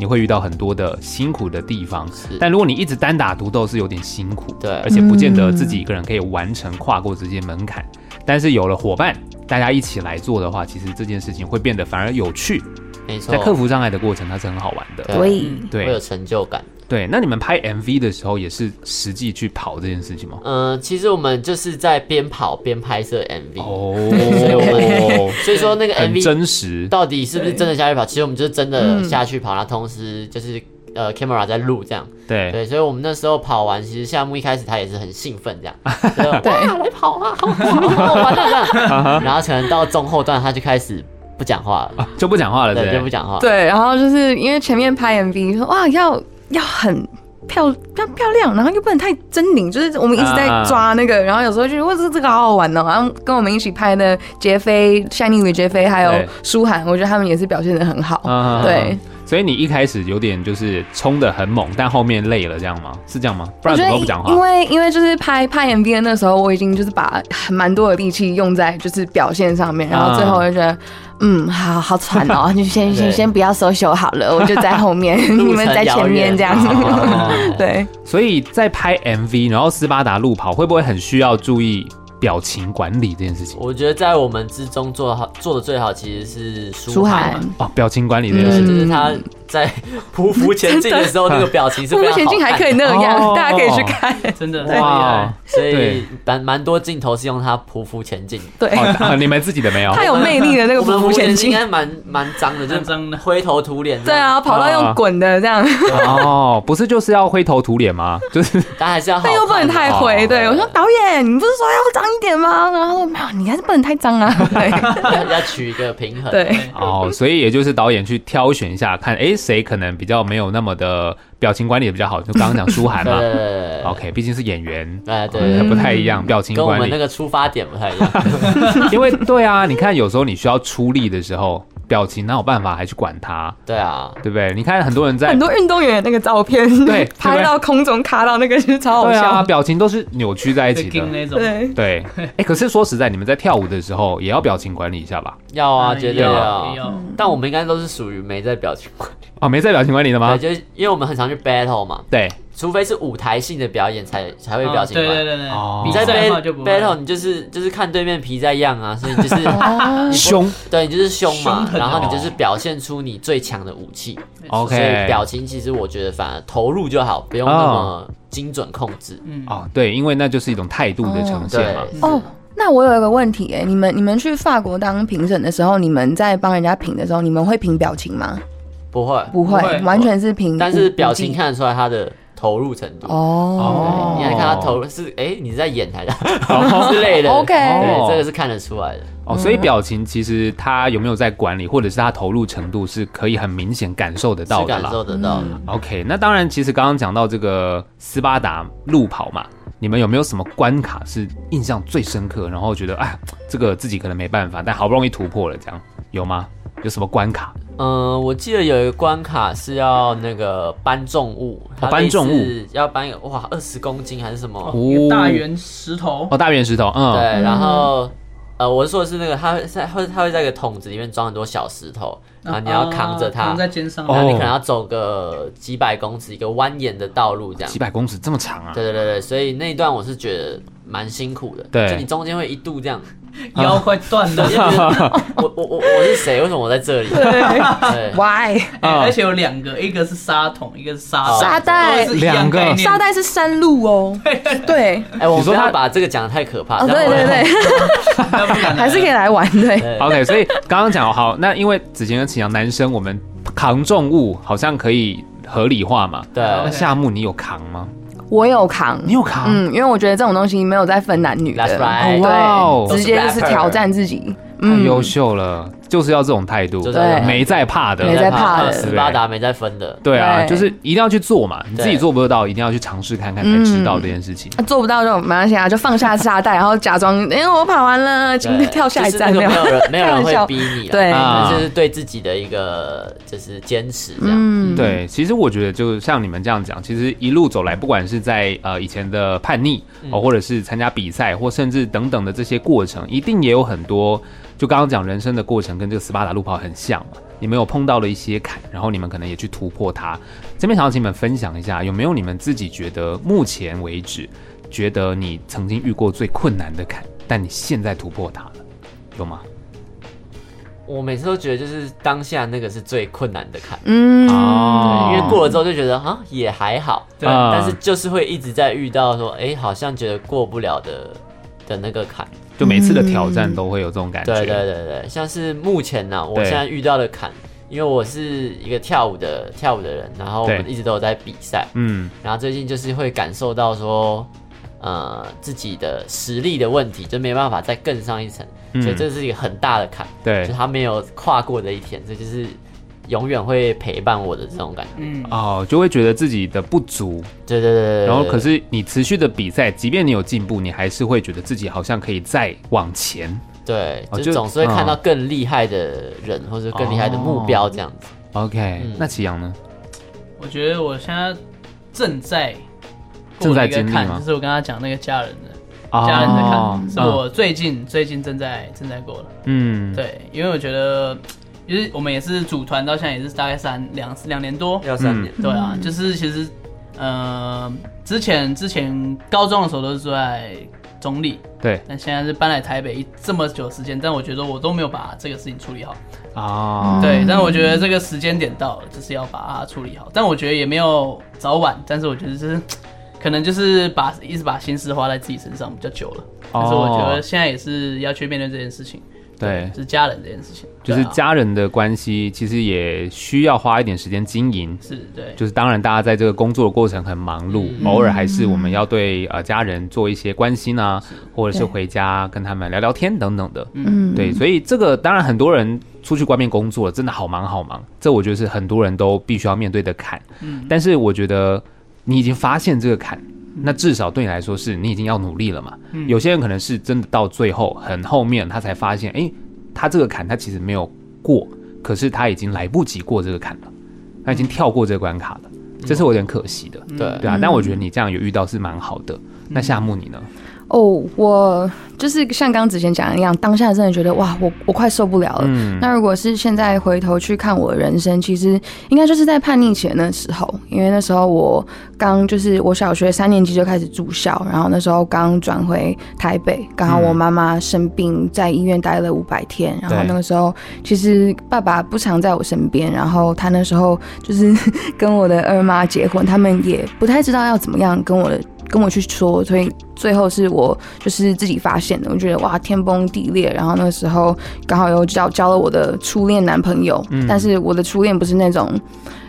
[SPEAKER 1] 你会遇到很多的辛苦的地方。
[SPEAKER 3] 是，
[SPEAKER 1] 但如果你一直单打独斗，是有点辛苦。
[SPEAKER 3] 对
[SPEAKER 1] 而且不见得自己一个人可以完成跨过这些门槛。但是有了伙伴，大家一起来做的话，其实这件事情会变得反而有趣，
[SPEAKER 3] 没错，
[SPEAKER 1] 在克服障碍的过程它是很好玩的。
[SPEAKER 3] 对
[SPEAKER 5] 所以
[SPEAKER 3] 会有
[SPEAKER 1] 对
[SPEAKER 3] 成就感。
[SPEAKER 1] 对，那你们拍 MV 的时候也是实际去跑这件事情吗？
[SPEAKER 3] 嗯、其实我们就是在边跑边拍摄 MV，、
[SPEAKER 1] 哦，
[SPEAKER 3] 所以我们所以说那个
[SPEAKER 1] <laughs> 很
[SPEAKER 3] MV
[SPEAKER 1] 真实。
[SPEAKER 3] 到底是不是真的下去跑？其实我们就是真
[SPEAKER 2] 嗯
[SPEAKER 3] 的下去跑，然后同时就是呃 camera 在录这样。
[SPEAKER 1] 对，
[SPEAKER 3] 对，所以我们那时候跑完，其实项目一开始他也是很兴奋这
[SPEAKER 2] <laughs>
[SPEAKER 3] 样，就是 <laughs> 哇，来跑啊，好好好好玩啊这样。然后可能到中后段他就开始不讲话了，
[SPEAKER 1] 就不讲话了，
[SPEAKER 3] 对，就
[SPEAKER 1] 啊对
[SPEAKER 3] 不，讲话。
[SPEAKER 2] 对，然后就是因为前面拍 MV 说哇要要很。漂漂漂亮，然后又不能太狰狞，就是我们一直在
[SPEAKER 1] 啊
[SPEAKER 2] 抓那个，然后有时候就是哇，这这个好好玩哦。然后跟我们一起拍的杰飞、Shining 与杰飞还有
[SPEAKER 1] 对
[SPEAKER 2] 舒涵，我觉得他们也是表现的很好。
[SPEAKER 1] 啊
[SPEAKER 2] <laughs> 对，
[SPEAKER 1] 所以你一开始有点就是冲的很猛，但后面累了，这样吗？是这样吗？不
[SPEAKER 2] 我
[SPEAKER 1] 然
[SPEAKER 2] 觉
[SPEAKER 1] 怎
[SPEAKER 2] 得
[SPEAKER 1] 么都不讲话
[SPEAKER 2] 因？为因为就是拍拍 MV 的那时候，我已经就是把很蛮多的力气用在就是表现上面，然后最后我就觉得，嗯，好好喘
[SPEAKER 1] <laughs>
[SPEAKER 2] 哦，就先
[SPEAKER 3] 对
[SPEAKER 2] 先先不要收手好了，我就在后面， <laughs> 你们在前面这样
[SPEAKER 3] 路
[SPEAKER 2] 子
[SPEAKER 3] 程。
[SPEAKER 1] 哦
[SPEAKER 3] 遥远
[SPEAKER 2] <laughs> 对，
[SPEAKER 1] 所以在拍 MV，然后斯巴达路跑，会不会很需要注意表情管理这件事情？
[SPEAKER 3] 我觉得在我们之中做好做的最好其实是
[SPEAKER 2] 舒
[SPEAKER 3] 舒
[SPEAKER 2] 涵
[SPEAKER 3] 涵嘛，，
[SPEAKER 1] 哦，表情管理这件
[SPEAKER 3] 对，
[SPEAKER 1] 事
[SPEAKER 2] 嗯
[SPEAKER 1] 情。
[SPEAKER 3] 就是他在匍匐前进的时候那个表情是
[SPEAKER 2] 步
[SPEAKER 3] 非
[SPEAKER 2] 步前
[SPEAKER 3] 常
[SPEAKER 2] 进还可
[SPEAKER 3] 以，
[SPEAKER 2] 以那
[SPEAKER 1] 哦
[SPEAKER 2] 样，大家可以去看。
[SPEAKER 4] 真的
[SPEAKER 2] 嗯
[SPEAKER 1] 哇哦
[SPEAKER 3] <laughs>
[SPEAKER 4] 哇，
[SPEAKER 3] 所以
[SPEAKER 1] 对
[SPEAKER 3] 蛮蛮多镜头是用他匍匐前进。
[SPEAKER 2] 对，
[SPEAKER 1] 哦，你们自己的没有？
[SPEAKER 2] <laughs> 太有魅力的那个
[SPEAKER 3] 我们
[SPEAKER 2] 匍匐
[SPEAKER 3] 匍前
[SPEAKER 2] 前
[SPEAKER 3] 进应
[SPEAKER 1] 嗯
[SPEAKER 2] 进，
[SPEAKER 3] 该蛮蛮脏的，就是
[SPEAKER 4] 蛮脏的
[SPEAKER 3] 灰头土脸。
[SPEAKER 2] 对，啊，跑到用滚的这样，
[SPEAKER 1] 哦，不是就是要灰头土脸吗？就是
[SPEAKER 3] 但还是要好
[SPEAKER 2] <laughs>
[SPEAKER 3] 看
[SPEAKER 2] 但
[SPEAKER 3] 啊。
[SPEAKER 2] 又不能太灰。对我说导演，你不是说要脏一点吗？然后他说没有，你还是不能太脏啊。 <laughs> 对
[SPEAKER 3] <laughs> 要要取一个平衡。，
[SPEAKER 2] 对。
[SPEAKER 1] 哦，所以也就是导演去挑选一下，看诶谁可能比较没有那么的表情管理也比较好，就刚刚讲舒涵
[SPEAKER 3] 对
[SPEAKER 1] 嘛。
[SPEAKER 3] <laughs> 对对对
[SPEAKER 1] OK，毕竟是演员，
[SPEAKER 3] 哎对
[SPEAKER 1] 还
[SPEAKER 3] 对
[SPEAKER 1] 不太一样，表情
[SPEAKER 3] 对，跟我
[SPEAKER 1] 管
[SPEAKER 3] 们那
[SPEAKER 1] 理。
[SPEAKER 3] 个出发点不太一样。
[SPEAKER 1] <laughs> 因为对啊，你看有时候你需要出力的时候，表情哪有办法还去管它，
[SPEAKER 3] 对啊，
[SPEAKER 1] 对不对？你看很多人在
[SPEAKER 2] 很多运动员那个照片， <laughs>
[SPEAKER 1] 对
[SPEAKER 2] 拍到空中卡到那个是超好
[SPEAKER 1] 对啊，
[SPEAKER 2] 笑。
[SPEAKER 1] 表情都是扭曲在一
[SPEAKER 4] 最
[SPEAKER 1] 起
[SPEAKER 4] 近
[SPEAKER 1] 的。
[SPEAKER 4] 那种，
[SPEAKER 2] 对，
[SPEAKER 1] 对，哎、可是说实在，你们在跳舞的时候也要表情管理一下吧？
[SPEAKER 3] 要啊，
[SPEAKER 4] 哎
[SPEAKER 3] 绝对
[SPEAKER 4] 要
[SPEAKER 3] 要。
[SPEAKER 4] 要
[SPEAKER 3] 但我们应该都是属于没在表情管理，
[SPEAKER 1] 哦，没在表情管理
[SPEAKER 4] 啊
[SPEAKER 1] 的吗
[SPEAKER 3] 对，？就是因为我们很常去 battle 嘛，
[SPEAKER 1] 对，
[SPEAKER 3] 除非是舞台性的表演才才会表情管
[SPEAKER 4] 啊对
[SPEAKER 3] 理。
[SPEAKER 4] 对对对
[SPEAKER 1] 哦，
[SPEAKER 4] 比
[SPEAKER 3] 你在
[SPEAKER 4] 赛的话
[SPEAKER 3] bat-
[SPEAKER 4] 就不会
[SPEAKER 3] battle，你就是就是看对面皮在样啊，所以你
[SPEAKER 1] <laughs>
[SPEAKER 3] 就是
[SPEAKER 1] 凶
[SPEAKER 3] 对你就是凶
[SPEAKER 4] 凶
[SPEAKER 3] 嘛，
[SPEAKER 4] 狠
[SPEAKER 3] 然后你
[SPEAKER 1] 哦
[SPEAKER 3] 就是表现出你最强的武器。所以
[SPEAKER 1] OK
[SPEAKER 3] 表情其实我觉得反而投入就好，不用那么精准控制。
[SPEAKER 4] 嗯，
[SPEAKER 1] 哦，对，因为那就是一种态度的呈现
[SPEAKER 3] 对
[SPEAKER 1] 嘛。，
[SPEAKER 2] 哦，那我有一个问题哎、你们你们去法国当评审的时候，你们在帮人家评的时候，你们会评表情吗？
[SPEAKER 3] 不会，
[SPEAKER 2] 不会，
[SPEAKER 4] 不会
[SPEAKER 2] 完全是评，
[SPEAKER 3] 但是表情看得出来他的投入程度。
[SPEAKER 2] 哦
[SPEAKER 1] 哦
[SPEAKER 3] 你还看他投入是哎，你在演台上 <laughs> 之类的。
[SPEAKER 2] OK
[SPEAKER 3] 对，这个是看得出来的。
[SPEAKER 1] 哦，所以表情其实他有没有在管理，或者是他投入程度，是可以很明显感受得到
[SPEAKER 3] 是
[SPEAKER 1] 的
[SPEAKER 3] 感
[SPEAKER 1] 啦。嗯
[SPEAKER 3] 受得到的。
[SPEAKER 1] OK，那当然，其实刚刚讲到这个斯巴达路跑嘛，你们有没有什么关卡是印象最深刻，然后觉得哎，这个自己可能没办法，但好不容易突破了，这样有吗？有什么关卡？
[SPEAKER 3] 嗯，我记得有一个关卡是要那个搬重物，它
[SPEAKER 1] 哦搬重物
[SPEAKER 3] 类似要搬一个哇二十公斤还是什么？
[SPEAKER 4] 一个大圆石头
[SPEAKER 1] 哦，，大圆石头，嗯，
[SPEAKER 3] 哦对，然后呃，我是说的是那个，它会在会它会在一个桶子里面装很多小石头，然后你要扛着
[SPEAKER 4] 啊
[SPEAKER 3] 它
[SPEAKER 4] 扛，在肩上，
[SPEAKER 1] 哦
[SPEAKER 3] 然后你可能要走个几百公尺一个蜿蜒的道路这样
[SPEAKER 1] 哦几。百公尺这么长啊？
[SPEAKER 3] 对对对对，所以那一段我是觉得蛮辛苦的，
[SPEAKER 1] 对
[SPEAKER 3] 就你中间会一度这样，
[SPEAKER 4] <laughs> 腰快断
[SPEAKER 1] <laughs>
[SPEAKER 4] 了
[SPEAKER 3] 我就。
[SPEAKER 1] 啊
[SPEAKER 3] 觉得我我我我是谁？为什么我在这里？对，
[SPEAKER 2] ，Why？
[SPEAKER 4] 哎
[SPEAKER 1] 啊
[SPEAKER 4] 而且有两个，一个是沙桶，一个是沙
[SPEAKER 3] 沙
[SPEAKER 4] 袋
[SPEAKER 2] 袋
[SPEAKER 4] 都是一样概念
[SPEAKER 2] 沙袋是山路哦，对，
[SPEAKER 3] 哎，我
[SPEAKER 1] 你
[SPEAKER 3] 们
[SPEAKER 1] 说
[SPEAKER 3] 不要
[SPEAKER 1] 他
[SPEAKER 3] 把这个讲的太可怕，
[SPEAKER 2] 哦
[SPEAKER 3] 这样
[SPEAKER 2] 对
[SPEAKER 3] 我
[SPEAKER 2] 对对，
[SPEAKER 4] 那不敢来
[SPEAKER 2] 还是可以来玩对。
[SPEAKER 1] <laughs>
[SPEAKER 3] 对
[SPEAKER 1] OK，所以刚刚讲好，那因为子晴跟启阳男生，我们扛重物好像可以合理化嘛。那
[SPEAKER 3] 对，
[SPEAKER 1] 夏木，你有扛吗？
[SPEAKER 2] 我有扛，
[SPEAKER 1] 你有扛？
[SPEAKER 2] 嗯，因为我觉得这种东西没有在分男女
[SPEAKER 3] That's
[SPEAKER 2] 的，
[SPEAKER 3] right
[SPEAKER 1] 哦
[SPEAKER 2] 对，直接就是
[SPEAKER 3] rapper
[SPEAKER 2] 挑战自己，
[SPEAKER 1] 太优秀了，就是要这种态度，
[SPEAKER 3] 就是
[SPEAKER 2] 对
[SPEAKER 1] 没在怕的，
[SPEAKER 2] 没在怕的
[SPEAKER 3] 斯巴达没在分的，
[SPEAKER 1] 对啊，
[SPEAKER 2] 对
[SPEAKER 1] 就是一定要去做嘛，你自己做不到，一定要去尝试看看才知道这件事情。
[SPEAKER 2] 啊做不到这种，没关系啊，就放下沙袋，然后假装，哎、我跑完了， <laughs> 今
[SPEAKER 3] 对
[SPEAKER 2] 天跳下一
[SPEAKER 3] 就是
[SPEAKER 2] 站
[SPEAKER 3] 那
[SPEAKER 2] 没
[SPEAKER 3] 个
[SPEAKER 2] 有
[SPEAKER 3] 没？有人没有人
[SPEAKER 2] 开玩
[SPEAKER 3] 会
[SPEAKER 2] 笑
[SPEAKER 3] 逼你啊，
[SPEAKER 2] 对
[SPEAKER 1] 啊
[SPEAKER 3] 但就是对自己的一个就是坚持这样。
[SPEAKER 2] 嗯，
[SPEAKER 1] 对，其实我觉得就像你们这样讲，其实一路走来，不管是在呃以前的叛逆
[SPEAKER 2] 嗯
[SPEAKER 1] 哦，或者是参加比赛，或甚至等等的这些过程，一定也有很多，就刚刚讲人生的过程跟这个斯巴达路跑很像嘛。你们有碰到了一些坎，然后你们可能也去突破它。这边想要请你们分享一下，有没有你们自己觉得目前为止觉得你曾经遇过最困难的坎，但你现在突破它了？有吗？
[SPEAKER 3] 我每次都觉得就是当下那个是最困难的坎，
[SPEAKER 2] 嗯，
[SPEAKER 1] 哦
[SPEAKER 3] 因为过了之后就觉得哈也还好，
[SPEAKER 1] 对嗯
[SPEAKER 3] 但是就是会一直在遇到说，哎、好像觉得过不了的的那个坎。
[SPEAKER 1] 就每次的挑战都会有这种感觉。
[SPEAKER 3] 对对对对，像是目前呢、我
[SPEAKER 1] 对
[SPEAKER 3] 现在遇到的坎，因为我是一个跳舞的跳舞的人，然后我们
[SPEAKER 1] 对
[SPEAKER 3] 一直都有在比赛，
[SPEAKER 1] 嗯，
[SPEAKER 3] 然后最近就是会感受到说，呃，自己的实力的问题，就没办法再更上一层，
[SPEAKER 1] 嗯
[SPEAKER 3] 所以这是一个很大的坎，
[SPEAKER 1] 对
[SPEAKER 3] 就他没有跨过的一天，这就是永远会陪伴我的这种感觉。
[SPEAKER 4] 嗯，
[SPEAKER 1] 哦，就会觉得自己的不足，
[SPEAKER 3] 对对对对对
[SPEAKER 1] 然后可是你持续的比赛，即便你有进步，你还是会觉得自己好像可以再往前。
[SPEAKER 3] 对，
[SPEAKER 1] 哦
[SPEAKER 3] 就
[SPEAKER 1] 就
[SPEAKER 3] 总是会看到
[SPEAKER 1] 嗯
[SPEAKER 3] 更厉害的人、或者更厉害的目
[SPEAKER 1] 哦
[SPEAKER 3] 标这样子。
[SPEAKER 1] OK，、
[SPEAKER 3] 嗯
[SPEAKER 1] 那祁阳呢？
[SPEAKER 4] 我觉得我现在正在
[SPEAKER 1] 正在经历
[SPEAKER 4] 看，
[SPEAKER 1] 吗
[SPEAKER 4] 就是我刚刚讲那个家人的
[SPEAKER 1] 哦
[SPEAKER 4] 家人的看，是我最近最近正在正在过的。
[SPEAKER 1] 嗯，
[SPEAKER 4] 对，因为我觉得，就是我们也是组团到现在也是大概三两两年多，
[SPEAKER 3] 要
[SPEAKER 1] 三年，
[SPEAKER 4] 对啊，就是其实，呃，之前之前高中的时候都是住在中立，
[SPEAKER 1] 对
[SPEAKER 4] 但现在是搬来台北一这么久的时间，但我觉得我都没有把这个事情处理好。
[SPEAKER 1] 啊，
[SPEAKER 4] 对，但我觉得这个时间点到了，就是要把它处理好。但我觉得也没有早晚，但是我觉得就是可能就是把一直把心思花在自己身上比较久了。但是我觉得现在也是要去面对这件事情，
[SPEAKER 1] 对
[SPEAKER 4] 就是家人这件事情，
[SPEAKER 1] 就是
[SPEAKER 4] 对啊
[SPEAKER 1] 家人的关系，其实也需要花一点时间经营。
[SPEAKER 4] 是对，嗯
[SPEAKER 1] 就是当然，大家在这个工作的过程很忙碌，偶尔还是我们要对呃家人做一些关心啊，
[SPEAKER 4] 嗯
[SPEAKER 1] 或者是
[SPEAKER 5] 对
[SPEAKER 1] 回家跟他们聊聊天等等的。
[SPEAKER 2] 嗯，
[SPEAKER 1] 对，所以这个当然很多人出去外面工作真的好忙好忙，这我觉得是很多人都必须要面对的坎。
[SPEAKER 4] 嗯
[SPEAKER 1] 但是我觉得你已经发现这个坎，那至少对你来说是你已经要努力了嘛。
[SPEAKER 4] 嗯
[SPEAKER 1] 有些人可能是真的到最后很后面他才发现，诶，他这个坎他其实没有过，可是他已经来不及过这个坎了，他已经跳过这个关卡了，这是我有点可惜的。
[SPEAKER 3] 对
[SPEAKER 1] 对啊，但我觉得你这样有遇到是蛮好的。那夏木你呢？
[SPEAKER 2] 哦，我就是像刚之前讲的一样，当下真的觉得哇，我我快受不了了。
[SPEAKER 1] 嗯
[SPEAKER 2] 那如果是现在回头去看我的人生，其实应该就是在叛逆期的那时候，因为那时候我刚就是我小学三年级就开始住校，然后那时候刚转回台北，刚
[SPEAKER 3] 嗯
[SPEAKER 2] 好我妈妈生病在医院待了五百天，然后
[SPEAKER 1] 对
[SPEAKER 2] 那个时候其实爸爸不常在我身边，然后他那时候就是 <laughs> 跟我的二妈结婚，他们也不太知道要怎么样跟我的跟我去说，所以最后是我就是自己发现的，我觉得哇天崩地裂，然后那时候刚好又交交了我的初恋男朋友，但是我的初恋不是那种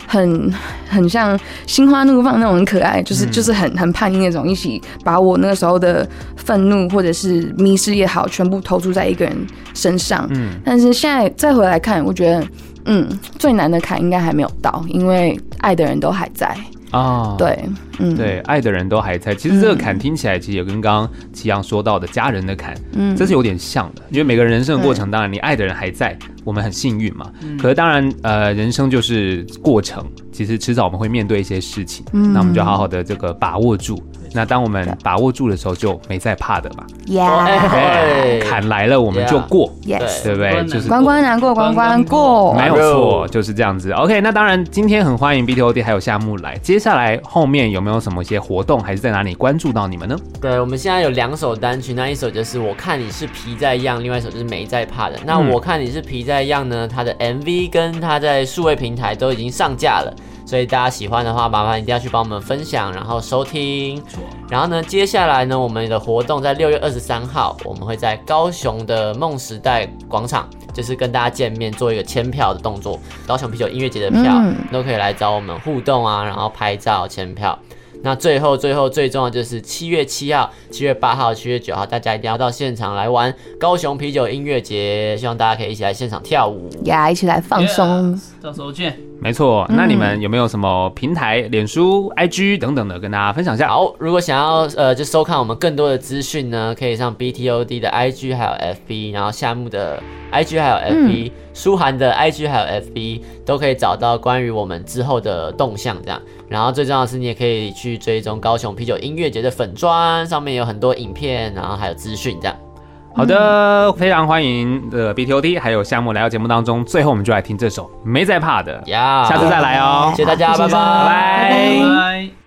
[SPEAKER 2] 很很像心花怒放那种很可爱，就是、就是很很叛逆那种，一起把我那个时候的愤怒或者是迷失也好，全部投注在一个人身上。
[SPEAKER 1] 嗯
[SPEAKER 2] 但是现在再回来看，我觉得。嗯，最难的坎应该还没有到，因为爱的人都还在。
[SPEAKER 1] 啊，。
[SPEAKER 2] 对，嗯，，
[SPEAKER 1] 对，爱的人都还在。其实这个坎听起来，其实也跟刚刚祁阳说到的家人的坎，
[SPEAKER 2] 嗯
[SPEAKER 1] 这是有点像的。因为每个人人生的过程，当然你爱的人还在，我们很幸运嘛。可是当然，呃，人生就是过程，其实迟早我们会面对一些事情，
[SPEAKER 2] 嗯
[SPEAKER 1] 那我们就好好的这个把握住。那当我们把握住的时候，就没再怕的嘛。
[SPEAKER 2] ，Yeah，
[SPEAKER 1] 哎
[SPEAKER 3] 哎，
[SPEAKER 1] 坎来了，我们就过。
[SPEAKER 2] Yes，
[SPEAKER 1] 对不对？
[SPEAKER 4] 关
[SPEAKER 1] 就是
[SPEAKER 2] 关关难过关关过，
[SPEAKER 1] 没有错，
[SPEAKER 3] Hello
[SPEAKER 1] 就是这样子。OK，那当然，今天很欢迎 BTOD 还有夏木来。接下来后面有没有什么一些活动，还是在哪里关注到你们呢？
[SPEAKER 3] 对，我们现在有两首单曲，那一首就是《我看你是皮在样》，另外一首就是《没在怕的》。那
[SPEAKER 1] 嗯
[SPEAKER 3] 《我看你是皮在样》呢，它的 MV 跟它在数位平台都已经上架了，所以大家喜欢的话，麻烦一定要去帮我们分享，然后收听。然后呢，接下来呢，我们的活动在六月二十三号，我们会在高雄的梦时代广场，就是跟大家见面，做一个签票的动作。高雄啤酒音乐节的票、
[SPEAKER 2] 嗯
[SPEAKER 3] 都可以来找我们互动啊，然后拍照签票。那最后最后最重要就是七月七号、七月八号、七月九号，大家一定要到现场来玩高雄啤酒音乐节，希望大家可以一起来现场跳舞。
[SPEAKER 2] 呀，一起来放松。，
[SPEAKER 4] 啊到时候见。
[SPEAKER 1] 没错，那你们有没有什么平台，脸书、IG 等等的，跟大家分享一下？
[SPEAKER 3] 好，如果想要呃就收看我们更多的资讯呢，可以上 BTOD 的 IG 还有 FB，然后夏木的 IG 还有 FB，、舒涵的 IG 还有 FB 都可以找到关于我们之后的动向这样。然后最重要的是，你也可以去追踪高雄啤酒音乐节的粉砖，上面有很多影片，然后还有资讯这样。
[SPEAKER 1] 好的，非常欢迎呃 BTOD 还有夏木来到节目当中。最后，我们就来听这首《没在怕的》，
[SPEAKER 3] 呀、
[SPEAKER 1] 下次再来哦。
[SPEAKER 3] 谢谢大家，拜拜
[SPEAKER 1] 拜拜
[SPEAKER 4] 拜拜。